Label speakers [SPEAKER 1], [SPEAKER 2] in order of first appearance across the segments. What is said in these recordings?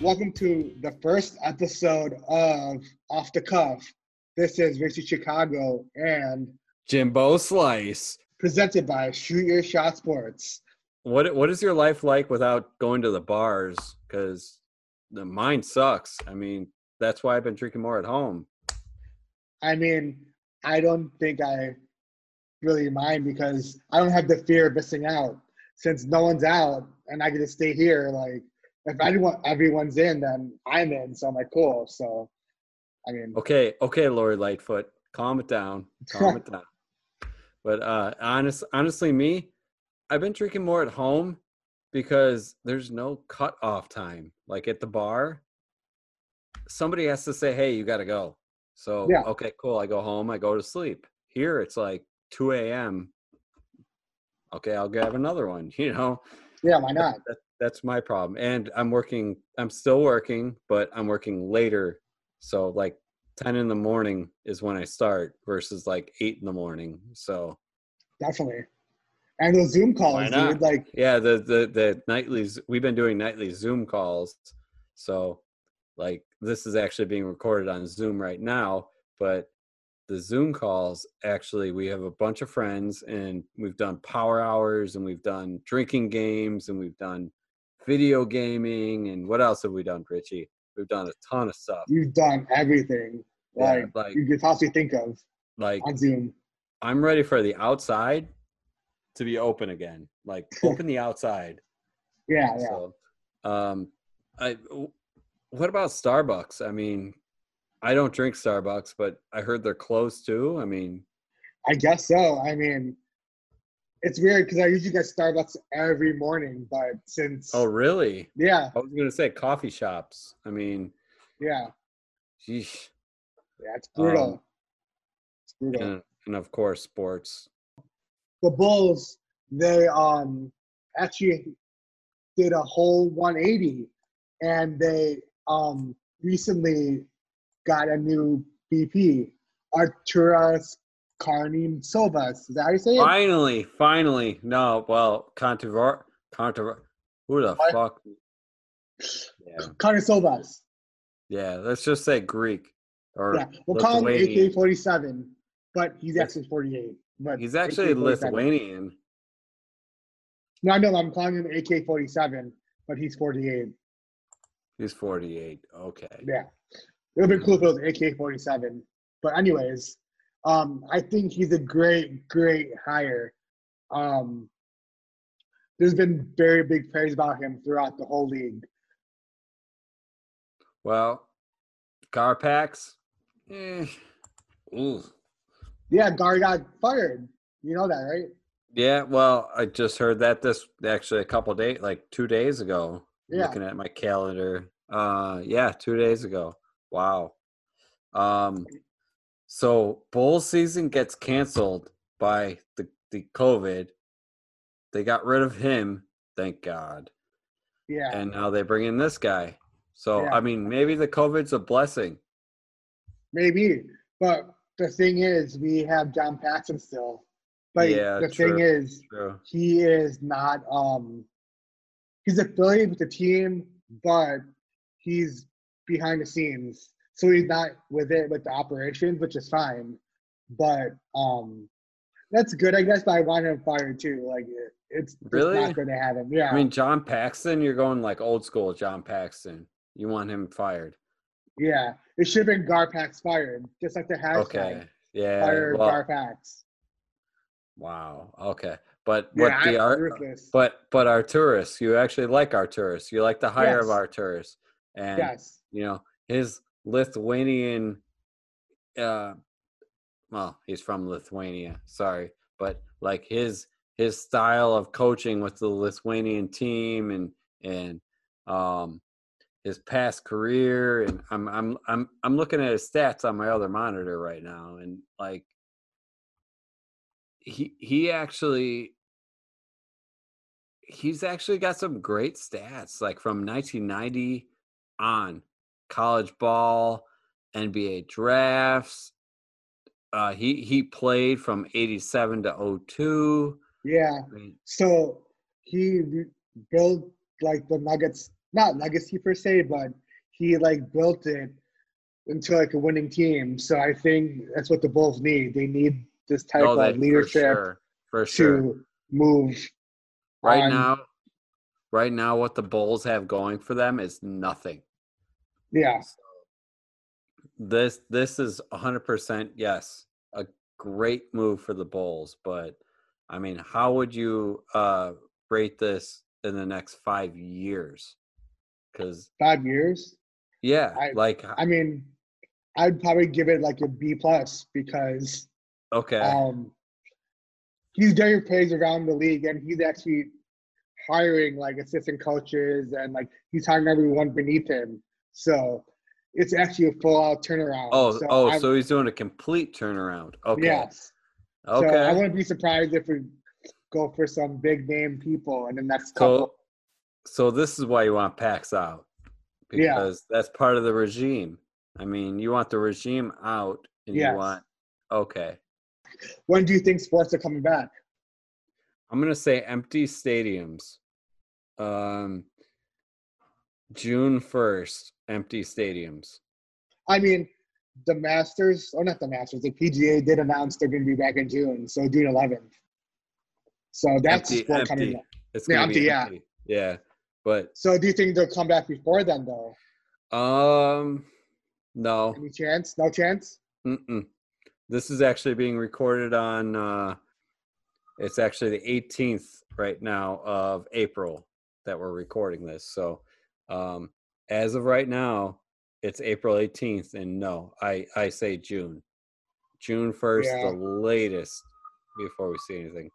[SPEAKER 1] Welcome to the first episode of Off the Cuff. This is Visit Chicago and
[SPEAKER 2] Jimbo Slice.
[SPEAKER 1] presented by Shoot Your Shot Sports.
[SPEAKER 2] What what is your life like without going to the bars? Because the mine sucks. I mean, that's why I've been drinking more at home.
[SPEAKER 1] I mean, I don't think I really mind because I don't have the fear of missing out since no one's out and I get to stay here. Like, if anyone, everyone's in, then I'm in, so I'm like, cool. So, I mean,
[SPEAKER 2] Okay, okay, Lori Lightfoot, calm it down, calm it down. But uh, honest, honestly, me, I've been drinking more at home because there's no cutoff time. Like at the bar, somebody has to say, "Hey, you got to go." So
[SPEAKER 1] Yeah.
[SPEAKER 2] okay, cool. I go home. I go to sleep. Here, it's like 2 a.m. Okay, I'll grab another one. You know,
[SPEAKER 1] yeah, why not?
[SPEAKER 2] that, that's my problem. And I'm working, I'm still working, but I'm working later. So like 10 in the morning is when I start versus like 8 in the morning. So
[SPEAKER 1] Definitely. And those Zoom calls,
[SPEAKER 2] not?
[SPEAKER 1] dude, like,
[SPEAKER 2] yeah, the, the, the nightlies, we've been doing nightly Zoom calls. So like this is actually being recorded on Zoom right now, but the Zoom calls actually, we have a bunch of friends and we've done power hours and we've done drinking games and we've done video gaming and what else have we done, Richie? We've done a ton of stuff.
[SPEAKER 1] you've done everything like,
[SPEAKER 2] Yeah, like
[SPEAKER 1] you could possibly think of
[SPEAKER 2] like
[SPEAKER 1] on Zoom.
[SPEAKER 2] I'm ready for the outside to be open again. Like open the outside.
[SPEAKER 1] Yeah, yeah.
[SPEAKER 2] So, um, I w- what about Starbucks? I mean, I don't drink Starbucks, but I heard they're closed too. I mean,
[SPEAKER 1] I guess so. I mean, it's weird because I usually get Starbucks every morning, but since
[SPEAKER 2] oh really?
[SPEAKER 1] yeah,
[SPEAKER 2] I was gonna say coffee shops. I mean,
[SPEAKER 1] yeah,
[SPEAKER 2] sheesh.
[SPEAKER 1] yeah, it's brutal.
[SPEAKER 2] Um,
[SPEAKER 1] it's brutal.
[SPEAKER 2] and, and of course sports.
[SPEAKER 1] The Bulls, they um actually did a whole 180, and they um recently got a new BP, Arturas Carnim Silvas. Is that how you say it?
[SPEAKER 2] Finally, finally, no, well, controvert, controvert. Who the
[SPEAKER 1] What?
[SPEAKER 2] fuck? Yeah,
[SPEAKER 1] Carnim Silvas.
[SPEAKER 2] yeah. Let's just say Greek or
[SPEAKER 1] Yeah, we'll call him
[SPEAKER 2] Lithuanian.
[SPEAKER 1] AK 47, but he's
[SPEAKER 2] Yes.
[SPEAKER 1] actually 48. But
[SPEAKER 2] He's actually
[SPEAKER 1] AK-47.
[SPEAKER 2] Lithuanian.
[SPEAKER 1] No, no, I'm calling him AK 47, but he's 48.
[SPEAKER 2] He's 48. Okay.
[SPEAKER 1] Yeah. It would be cool if it was AK 47. But, anyways, um, I think he's a great, great hire. Um, there's been very big praise about him throughout the whole league.
[SPEAKER 2] Well, Garpax. Eh. Ooh.
[SPEAKER 1] Yeah, Gar got fired. You know that, right?
[SPEAKER 2] Yeah. Well, I just heard that this actually a couple days, like two days ago.
[SPEAKER 1] Yeah.
[SPEAKER 2] Looking at my calendar. Uh, yeah, two days ago. Wow. Um, so bowl season gets canceled by the the COVID. They got rid of him. Thank God.
[SPEAKER 1] Yeah.
[SPEAKER 2] and now they bring in this guy. So
[SPEAKER 1] Yeah.
[SPEAKER 2] I mean, maybe the COVID's a blessing.
[SPEAKER 1] Maybe, but the thing is, we have John Paxson still. But
[SPEAKER 2] Yeah,
[SPEAKER 1] the
[SPEAKER 2] true.
[SPEAKER 1] thing is,
[SPEAKER 2] True.
[SPEAKER 1] he is not. Um, he's affiliated with the team, but he's behind the scenes, so he's not with it with the operations, which is fine. But um, that's good, I guess. But I want him fired too. Like, it, it's just
[SPEAKER 2] Really?
[SPEAKER 1] not going to have him. Yeah,
[SPEAKER 2] I mean, John Paxton. You're going like old school, John Paxton. You want him fired?
[SPEAKER 1] yeah. It should have been Garpax fired, just like the hashtag
[SPEAKER 2] Okay. Yeah.
[SPEAKER 1] fire
[SPEAKER 2] well,
[SPEAKER 1] Garpax.
[SPEAKER 2] wow. Okay. But
[SPEAKER 1] Yeah,
[SPEAKER 2] what
[SPEAKER 1] I-
[SPEAKER 2] the art?
[SPEAKER 1] ruthless.
[SPEAKER 2] But but Arturus, you actually like Arturus. You like the hire of
[SPEAKER 1] Yes.
[SPEAKER 2] Arturus, and
[SPEAKER 1] yes.
[SPEAKER 2] you know his Lithuanian. Uh, well, he's from Lithuania. Sorry, but like his his style of coaching with the Lithuanian team and and um his past career and I'm I'm I'm I'm looking at his stats on my other monitor right now and like he he actually he's actually got some great stats like from 1990 on college ball NBA drafts uh he he played from 87 to 02
[SPEAKER 1] Yeah.
[SPEAKER 2] I mean,
[SPEAKER 1] So he re- built like the Nuggets not legacy per se, but he like built it into like a winning team. So I think that's what the Bulls need. They need this type
[SPEAKER 2] No, that-
[SPEAKER 1] of leadership
[SPEAKER 2] Oh, for sure. For
[SPEAKER 1] to
[SPEAKER 2] sure.
[SPEAKER 1] move.
[SPEAKER 2] Right
[SPEAKER 1] on.
[SPEAKER 2] now, right now, what the Bulls have going for them is nothing.
[SPEAKER 1] Yeah,
[SPEAKER 2] This this is 100% yes, a great move for the Bulls, but I mean, how would you uh rate this in the next 5 years? Cuz
[SPEAKER 1] five years.
[SPEAKER 2] yeah,
[SPEAKER 1] I-
[SPEAKER 2] like
[SPEAKER 1] I mean, I'd probably give it like a B plus because
[SPEAKER 2] okay.
[SPEAKER 1] um, he's getting praise around the league, and he's actually hiring like assistant coaches, and like he's hiring everyone beneath him. So it's actually a full out turnaround.
[SPEAKER 2] oh, oh,
[SPEAKER 1] I'm-
[SPEAKER 2] so he's doing a complete turnaround. Okay.
[SPEAKER 1] yes.
[SPEAKER 2] Okay.
[SPEAKER 1] So I wouldn't be surprised if we go for some big name people in the next couple.
[SPEAKER 2] So, so this is why you want PAX out
[SPEAKER 1] Yeah.
[SPEAKER 2] because that's part of the regime. I mean, you want the regime out, and
[SPEAKER 1] Yes.
[SPEAKER 2] you want okay.
[SPEAKER 1] When do you think sports are coming back?
[SPEAKER 2] I'm gonna say empty stadiums. Um, June first, empty stadiums.
[SPEAKER 1] I mean, the Masters, or not the Masters, the PGA did announce they're going to be back in June, so June 11th. So that's
[SPEAKER 2] empty,
[SPEAKER 1] sport coming
[SPEAKER 2] empty.
[SPEAKER 1] back.
[SPEAKER 2] It's
[SPEAKER 1] Yeah,
[SPEAKER 2] gonna
[SPEAKER 1] empty,
[SPEAKER 2] be empty. Yeah, but
[SPEAKER 1] So do you think they'll come back before then, though?
[SPEAKER 2] um, no.
[SPEAKER 1] Any chance? No chance?
[SPEAKER 2] Mm-mm. This is actually being recorded on. Uh, it's actually the 18th right now of April that we're recording this. So, um, as of right now, it's April 18th, and no, I I say June, June 1st,
[SPEAKER 1] Yeah.
[SPEAKER 2] the latest, before we see anything.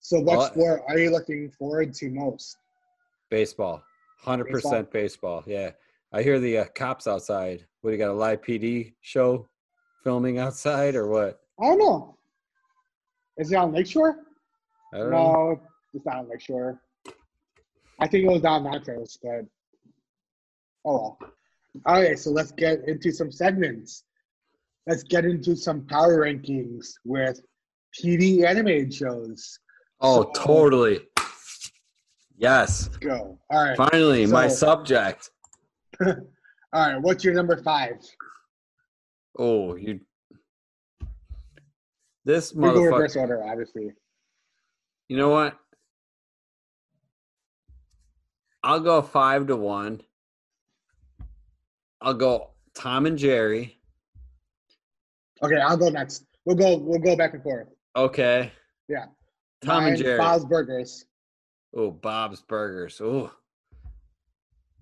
[SPEAKER 1] So what
[SPEAKER 2] Well,
[SPEAKER 1] sport are you looking forward to most?
[SPEAKER 2] Baseball, 100% baseball. Yeah, I hear the uh, cops outside. What do you got? A live PD show filming outside or what?
[SPEAKER 1] I don't know. Is it on Lakeshore?
[SPEAKER 2] I don't know.
[SPEAKER 1] No, it's not on Lakeshore. I think it was down Montrose, but oh well. All right, so let's get into some segments. Let's get into some power rankings with TV animated shows.
[SPEAKER 2] Oh,
[SPEAKER 1] So-
[SPEAKER 2] totally. Yes.
[SPEAKER 1] Go. All right.
[SPEAKER 2] Finally, my
[SPEAKER 1] So-
[SPEAKER 2] subject.
[SPEAKER 1] All right. What's your number five?
[SPEAKER 2] Oh, you. This
[SPEAKER 1] We go
[SPEAKER 2] motherfucker.
[SPEAKER 1] reverse order, obviously.
[SPEAKER 2] You know what? I'll go five to one. I'll go Tom and Jerry.
[SPEAKER 1] Okay, I'll go next. We'll go. We'll go back and forth.
[SPEAKER 2] Okay.
[SPEAKER 1] Yeah.
[SPEAKER 2] Tom and
[SPEAKER 1] Mine,
[SPEAKER 2] Jerry.
[SPEAKER 1] Bob's Burgers.
[SPEAKER 2] Oh, Bob's Burgers. Oh.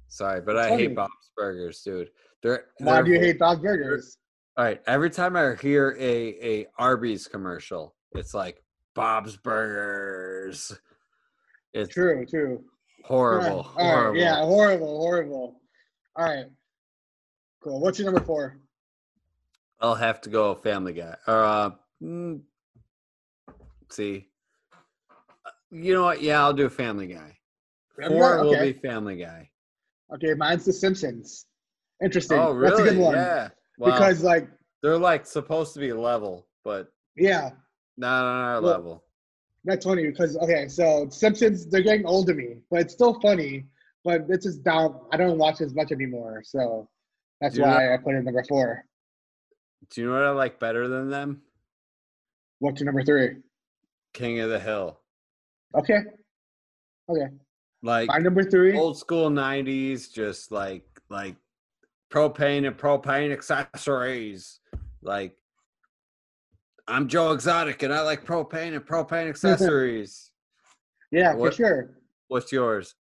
[SPEAKER 2] Sorry, but
[SPEAKER 1] I'm
[SPEAKER 2] I
[SPEAKER 1] telling
[SPEAKER 2] hate
[SPEAKER 1] you.
[SPEAKER 2] Bob's Burgers, dude. They're,
[SPEAKER 1] Why
[SPEAKER 2] they're-
[SPEAKER 1] do you hate Bob's Burgers?
[SPEAKER 2] All right. Every time I hear a a Arby's commercial, it's like Bob's Burgers. It's
[SPEAKER 1] True. True.
[SPEAKER 2] horrible.
[SPEAKER 1] All right,
[SPEAKER 2] horrible.
[SPEAKER 1] Yeah, horrible, horrible. All right. Cool. What's your number four?
[SPEAKER 2] I'll have to go Family Guy. Or uh, mm, see, uh, you know what? Yeah, I'll do Family Guy.
[SPEAKER 1] Family
[SPEAKER 2] Four
[SPEAKER 1] Guy?
[SPEAKER 2] will
[SPEAKER 1] Uh, Okay.
[SPEAKER 2] be Family Guy.
[SPEAKER 1] Okay, mine's The Simpsons. Interesting.
[SPEAKER 2] Oh, really?
[SPEAKER 1] That's a good one.
[SPEAKER 2] Yeah. Wow.
[SPEAKER 1] Because, like,
[SPEAKER 2] they're like supposed to be level, but
[SPEAKER 1] yeah,
[SPEAKER 2] not on our
[SPEAKER 1] Well-
[SPEAKER 2] level.
[SPEAKER 1] that's funny. Because, okay, so Simpsons, they're getting old to me, but it's still funny. But it's just down. I don't watch as much anymore. So that's
[SPEAKER 2] You're
[SPEAKER 1] why I put it number four.
[SPEAKER 2] Do you know what I like better than them?
[SPEAKER 1] What's your number three?
[SPEAKER 2] King of the Hill.
[SPEAKER 1] Okay.
[SPEAKER 2] Like
[SPEAKER 1] My number three.
[SPEAKER 2] old school 90s just like like propane and propane accessories like i'm joe exotic and i like propane and propane accessories
[SPEAKER 1] yeah,
[SPEAKER 2] what-
[SPEAKER 1] for sure.
[SPEAKER 2] what's yours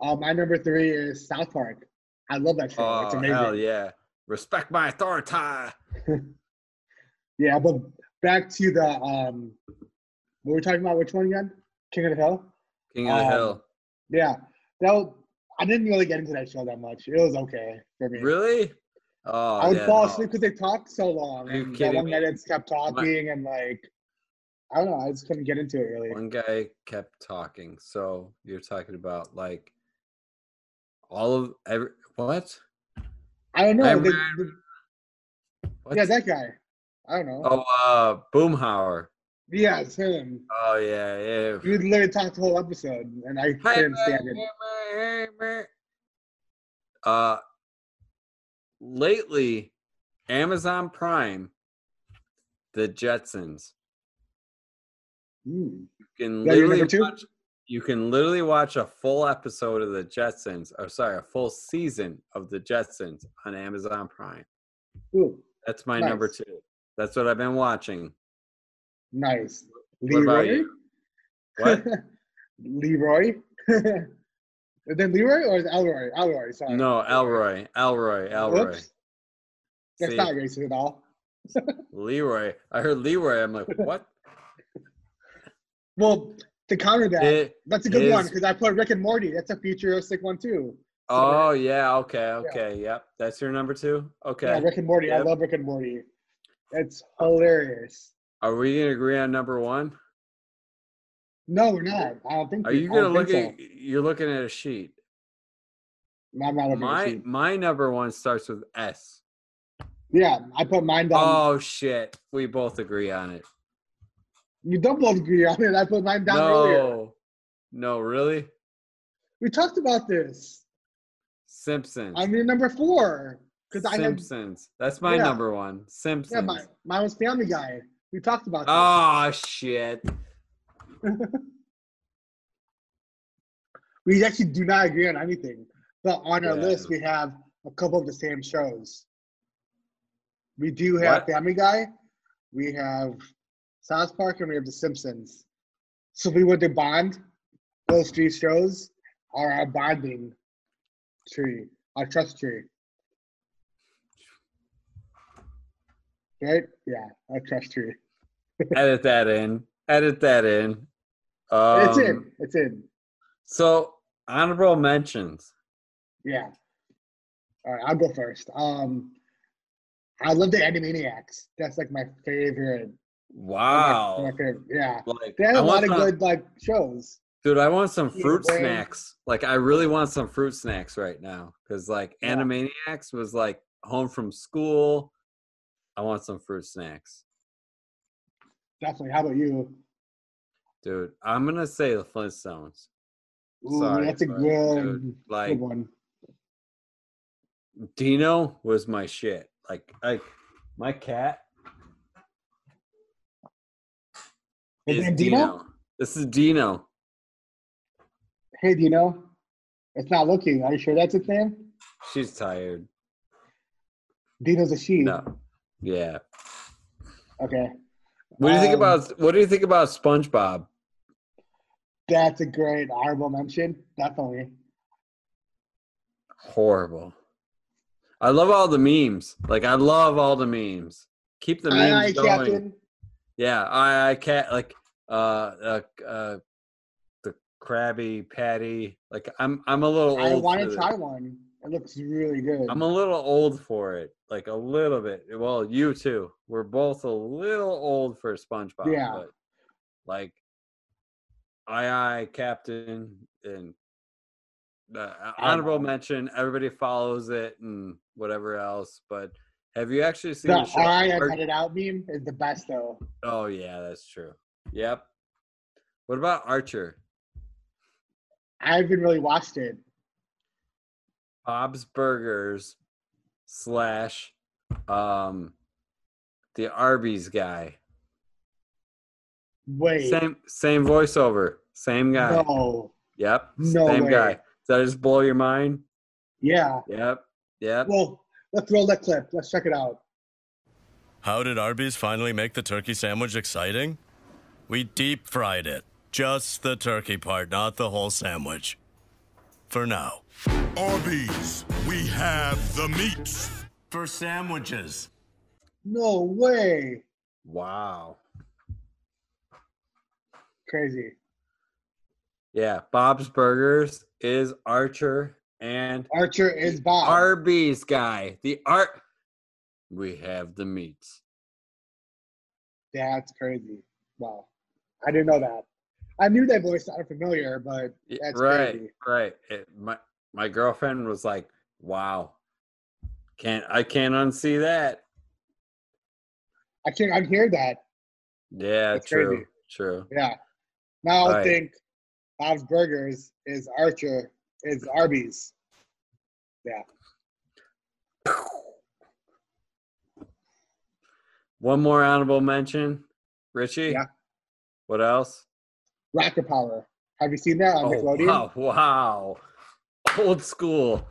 [SPEAKER 1] Uh, my number three is South Park. I love that show. it's
[SPEAKER 2] oh
[SPEAKER 1] amazing.
[SPEAKER 2] hell yeah respect my authority
[SPEAKER 1] Yeah, but back to the um, what were we talking about? Which one again? King of the Hill.
[SPEAKER 2] king of the
[SPEAKER 1] Um,
[SPEAKER 2] hill
[SPEAKER 1] Yeah, that was, I didn't really get into that show that much. It was okay for me.
[SPEAKER 2] really oh
[SPEAKER 1] I would
[SPEAKER 2] yeah,
[SPEAKER 1] fall
[SPEAKER 2] no.
[SPEAKER 1] asleep because they talked so long.
[SPEAKER 2] Are you
[SPEAKER 1] and that
[SPEAKER 2] kidding
[SPEAKER 1] one
[SPEAKER 2] me?
[SPEAKER 1] night I just kept talking and like, I don't know. I just couldn't get into it really.
[SPEAKER 2] one guy kept talking so you're talking about like all of every what
[SPEAKER 1] I don't know.
[SPEAKER 2] I'm-
[SPEAKER 1] they-
[SPEAKER 2] What?
[SPEAKER 1] yeah, that guy. I don't know.
[SPEAKER 2] oh uh boomhauer
[SPEAKER 1] Yeah, it's him.
[SPEAKER 2] Oh yeah, yeah.
[SPEAKER 1] We literally talked the whole episode, and I couldn't stand it.
[SPEAKER 2] Uh, lately, Amazon Prime, The Jetsons.
[SPEAKER 1] Mm.
[SPEAKER 2] You can
[SPEAKER 1] That your
[SPEAKER 2] literally
[SPEAKER 1] number two?
[SPEAKER 2] watch, you can literally watch a full episode of The Jetsons, or sorry, a full season of The Jetsons on Amazon Prime.
[SPEAKER 1] Ooh,
[SPEAKER 2] That's my number
[SPEAKER 1] Nice.
[SPEAKER 2] two. That's what I've been watching.
[SPEAKER 1] nice.
[SPEAKER 2] What about
[SPEAKER 1] Leroy?
[SPEAKER 2] you? What?
[SPEAKER 1] Leroy? Is it Leroy or is it Elroy? Elroy, sorry.
[SPEAKER 2] no, Elroy, Elroy, Elroy.
[SPEAKER 1] Whoops. That's
[SPEAKER 2] See,
[SPEAKER 1] not racist at all.
[SPEAKER 2] Leroy. I heard Leroy. I'm like, what?
[SPEAKER 1] Well, to counter that,
[SPEAKER 2] It-
[SPEAKER 1] that's a good one
[SPEAKER 2] is-
[SPEAKER 1] because I put Rick and Morty. That's a futuristic one too.
[SPEAKER 2] oh yeah. Okay. Okay. Yep. That's your number two. Okay.
[SPEAKER 1] Yeah, Rick and Morty. I
[SPEAKER 2] Yep.
[SPEAKER 1] love Rick and Morty. It's hilarious.
[SPEAKER 2] Are we gonna agree on number one?
[SPEAKER 1] No, we're not. I don't think.
[SPEAKER 2] Are
[SPEAKER 1] we-
[SPEAKER 2] you
[SPEAKER 1] I don't
[SPEAKER 2] gonna look
[SPEAKER 1] think
[SPEAKER 2] at? You're looking at a sheet.
[SPEAKER 1] so. No, I'm not looking at
[SPEAKER 2] My
[SPEAKER 1] you.
[SPEAKER 2] my number one starts with S.
[SPEAKER 1] Yeah, I put mine down.
[SPEAKER 2] Oh shit! We both agree on it.
[SPEAKER 1] you don't both agree on it. I put mine down
[SPEAKER 2] no,
[SPEAKER 1] earlier.
[SPEAKER 2] no, really?
[SPEAKER 1] We talked about this.
[SPEAKER 2] Simpsons.
[SPEAKER 1] I'm your number four because I had
[SPEAKER 2] Simpsons. That's my
[SPEAKER 1] Yeah.
[SPEAKER 2] number one. Simpsons.
[SPEAKER 1] yeah, my, mine was Family Guy. We talked about this.
[SPEAKER 2] Oh shit!
[SPEAKER 1] we actually do not agree on anything. But on our
[SPEAKER 2] Yeah.
[SPEAKER 1] list, we have a couple of the same shows. We do have
[SPEAKER 2] What?
[SPEAKER 1] Family Guy, we have South Park, and we have The Simpsons. So if we were to bond, those three shows are our bonding tree, our trust tree. Right? Yeah, our trust tree.
[SPEAKER 2] Edit that in. Edit that in. Um,
[SPEAKER 1] it's in. It's in.
[SPEAKER 2] So honorable mentions.
[SPEAKER 1] Yeah. All right, I'll go first. Um, I love the Animaniacs. That's like my favorite.
[SPEAKER 2] Wow.
[SPEAKER 1] My favorite. Yeah,
[SPEAKER 2] Like
[SPEAKER 1] they had a
[SPEAKER 2] I
[SPEAKER 1] lot
[SPEAKER 2] want
[SPEAKER 1] of
[SPEAKER 2] some-
[SPEAKER 1] good like shows.
[SPEAKER 2] Dude, I want some
[SPEAKER 1] Yeah,
[SPEAKER 2] fruit
[SPEAKER 1] man.
[SPEAKER 2] snacks. Like, I really want some fruit snacks right now because, like,
[SPEAKER 1] Yeah.
[SPEAKER 2] Animaniacs was like home from school. I want some fruit snacks,
[SPEAKER 1] Definitely. How about you?
[SPEAKER 2] dude. I'm gonna say the Flintstones.
[SPEAKER 1] Ooh,
[SPEAKER 2] Sorry,
[SPEAKER 1] that's a
[SPEAKER 2] but,
[SPEAKER 1] good,
[SPEAKER 2] dude, Like,
[SPEAKER 1] good one.
[SPEAKER 2] Dino was my shit. Like, I, my cat
[SPEAKER 1] His
[SPEAKER 2] is
[SPEAKER 1] name
[SPEAKER 2] Dino?
[SPEAKER 1] Dino?
[SPEAKER 2] This is Dino.
[SPEAKER 1] Hey, Dino. It's not looking. Are you sure that's its name?
[SPEAKER 2] She's tired.
[SPEAKER 1] Dino's a she.
[SPEAKER 2] No, yeah.
[SPEAKER 1] Okay,
[SPEAKER 2] What do you think
[SPEAKER 1] Um,
[SPEAKER 2] about What do you think about SpongeBob?
[SPEAKER 1] that's a great honorable mention. Definitely.
[SPEAKER 2] horrible. I love all the memes. Like I love all the memes. Keep the memes
[SPEAKER 1] Aye, aye,
[SPEAKER 2] going.
[SPEAKER 1] Captain.
[SPEAKER 2] Yeah, I I can't like uh uh uh the Krabby Patty. Like I'm I'm a little
[SPEAKER 1] I
[SPEAKER 2] old.
[SPEAKER 1] want
[SPEAKER 2] for
[SPEAKER 1] to
[SPEAKER 2] this.
[SPEAKER 1] try one. It looks really good.
[SPEAKER 2] I'm a little old for it. Like a little bit. eh, Well, you too. We're both a little old for SpongeBob.
[SPEAKER 1] Yeah.
[SPEAKER 2] But like I I Captain and uh, honorable
[SPEAKER 1] know.
[SPEAKER 2] mention. Everybody follows it and whatever else. But have you actually seen
[SPEAKER 1] the
[SPEAKER 2] the,
[SPEAKER 1] all
[SPEAKER 2] show?
[SPEAKER 1] right, I
[SPEAKER 2] Or-
[SPEAKER 1] cut it out meme is the best though.
[SPEAKER 2] oh yeah, that's true. Yep. What about Archer?
[SPEAKER 1] I haven't really watched it.
[SPEAKER 2] Bob's Burgers slash um the Arby's guy.
[SPEAKER 1] Wait.
[SPEAKER 2] Same same voiceover, same guy.
[SPEAKER 1] No.
[SPEAKER 2] Yep,
[SPEAKER 1] No
[SPEAKER 2] same
[SPEAKER 1] way.
[SPEAKER 2] guy. Does that just blow your mind?
[SPEAKER 1] Yeah.
[SPEAKER 2] Yep, yep.
[SPEAKER 1] Well, let's roll that clip. Let's check it out.
[SPEAKER 3] How did Arby's finally make the turkey sandwich exciting? We deep fried it. Just the turkey part, not the whole sandwich. For now.
[SPEAKER 4] Arby's, we have the meats.
[SPEAKER 3] For sandwiches.
[SPEAKER 1] No way.
[SPEAKER 2] Wow.
[SPEAKER 1] Crazy.
[SPEAKER 2] Yeah, Bob's Burgers is Archer and
[SPEAKER 1] Archer is Bob.
[SPEAKER 2] Arby's guy. The art. We have the meats.
[SPEAKER 1] That's crazy. Wow. I didn't know that. I knew that voice sounded familiar, but
[SPEAKER 2] Y-
[SPEAKER 1] That's
[SPEAKER 2] right,
[SPEAKER 1] crazy.
[SPEAKER 2] right. It- my my girlfriend was like, "Wow, can't I can't unsee that."
[SPEAKER 1] I can't unhear that.
[SPEAKER 2] Yeah,
[SPEAKER 1] That's
[SPEAKER 2] true.
[SPEAKER 1] crazy.
[SPEAKER 2] True.
[SPEAKER 1] Yeah. Now I
[SPEAKER 2] Right.
[SPEAKER 1] think Bob's Burgers is Archer is Arby's.
[SPEAKER 2] One more honorable mention, Richie.
[SPEAKER 1] Yeah.
[SPEAKER 2] What else?
[SPEAKER 1] Rocket Power. Have you seen that on
[SPEAKER 2] oh
[SPEAKER 1] Nickelodeon?
[SPEAKER 2] wow, wow, old school.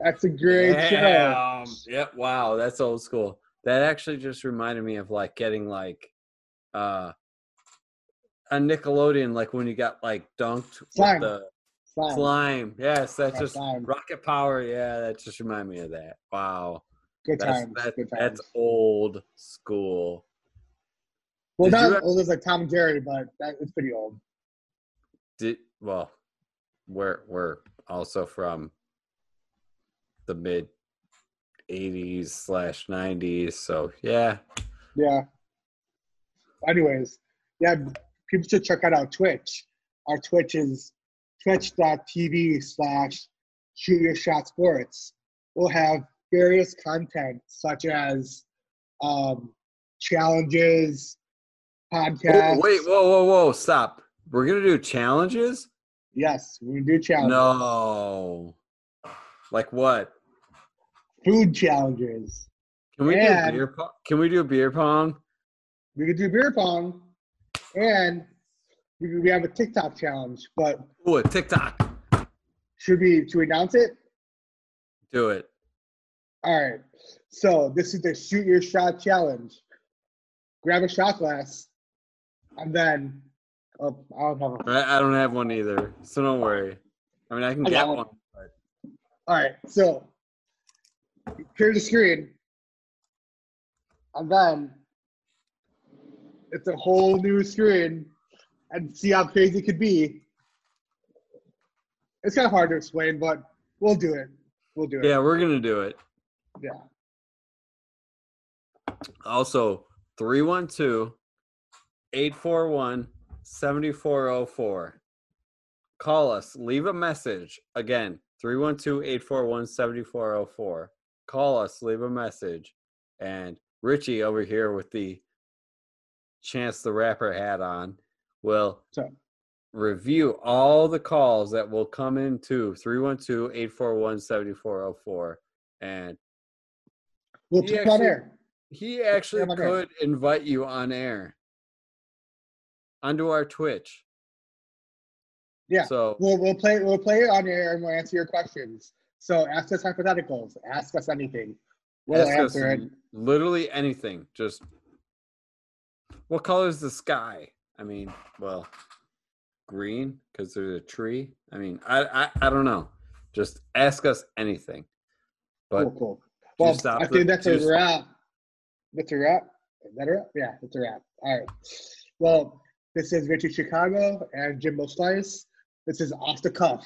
[SPEAKER 1] That's a great show.
[SPEAKER 2] Damn. Yeah, wow, that's old school. That actually just reminded me of like getting like uh a Nickelodeon, like when you got like dunked
[SPEAKER 1] Slime.
[SPEAKER 2] with the
[SPEAKER 1] Slime.
[SPEAKER 2] slime. Yes, that's
[SPEAKER 1] Yeah,
[SPEAKER 2] just
[SPEAKER 1] slime.
[SPEAKER 2] rocket power. Yeah, that just reminded me of that. Wow,
[SPEAKER 1] Good
[SPEAKER 2] that's
[SPEAKER 1] times.
[SPEAKER 2] that,
[SPEAKER 1] Good times.
[SPEAKER 2] that's old school.
[SPEAKER 1] well,
[SPEAKER 2] did
[SPEAKER 1] not
[SPEAKER 2] you have-
[SPEAKER 1] old as like Tom and Jerry, but that is pretty old.
[SPEAKER 2] Did well, we're we're also from the mid '80s slash '90s, so yeah,
[SPEAKER 1] Yeah. Anyways, yeah, people should check out our Twitch. Our Twitch is twitch.tv slash shoot your shot sports. We'll have various content such as um, challenges, podcasts.
[SPEAKER 2] Whoa, wait, whoa, whoa, whoa, stop. We're gonna do challenges?
[SPEAKER 1] Yes, we do challenges.
[SPEAKER 2] No. Like what?
[SPEAKER 1] Food challenges.
[SPEAKER 2] Can we
[SPEAKER 1] Yeah.
[SPEAKER 2] do beer pong? Can we do beer pong?
[SPEAKER 1] We could do beer pong, and we could- we have a TikTok challenge. But
[SPEAKER 2] Ooh, a TikTok.
[SPEAKER 1] should we should we announce it?
[SPEAKER 2] Do it.
[SPEAKER 1] All right. So this is the shoot your shot challenge. Grab a shot glass, and then oh, I don't have. A,
[SPEAKER 2] I, I don't have one either, so don't worry. I mean, I can
[SPEAKER 1] I
[SPEAKER 2] get
[SPEAKER 1] got
[SPEAKER 2] one.
[SPEAKER 1] all right. So here's the screen, and then it's a whole new screen, and see how crazy it could be. It's kind of hard to explain, but we'll do it. We'll do it.
[SPEAKER 2] Yeah, we're gonna do it.
[SPEAKER 1] Yeah.
[SPEAKER 2] Also, 312 841 7404. Call us, leave a message. Again, 312 841 7404. Call us, leave a message. And Richie over here with the Chance the Rapper hat on will
[SPEAKER 1] So-
[SPEAKER 2] review all the calls that will come into 312 841 7404. And
[SPEAKER 1] We'll
[SPEAKER 2] He
[SPEAKER 1] put it on
[SPEAKER 2] actually-
[SPEAKER 1] air.
[SPEAKER 2] he actually
[SPEAKER 1] on air.
[SPEAKER 2] could invite you on air onto our Twitch.
[SPEAKER 1] Yeah.
[SPEAKER 2] So
[SPEAKER 1] We'll, we'll play we'll play it on air and we'll answer your questions. So ask us hypotheticals. Ask us anything. We'll
[SPEAKER 2] ask us
[SPEAKER 1] answer it.
[SPEAKER 2] literally anything. Just what color is the sky? I mean, well, green because there's a tree. I mean, I, I I don't know. Just ask us anything. But
[SPEAKER 1] Cool, cool.
[SPEAKER 2] you
[SPEAKER 1] Well,
[SPEAKER 2] stop
[SPEAKER 1] I think
[SPEAKER 2] the-
[SPEAKER 1] that's
[SPEAKER 2] do you
[SPEAKER 1] a
[SPEAKER 2] stop-
[SPEAKER 1] wrap. That's a wrap. Is that a wrap? Yeah, that's a wrap. All right. Well, this is Richie Chicago and Jimbo Slice. This is off the cuff.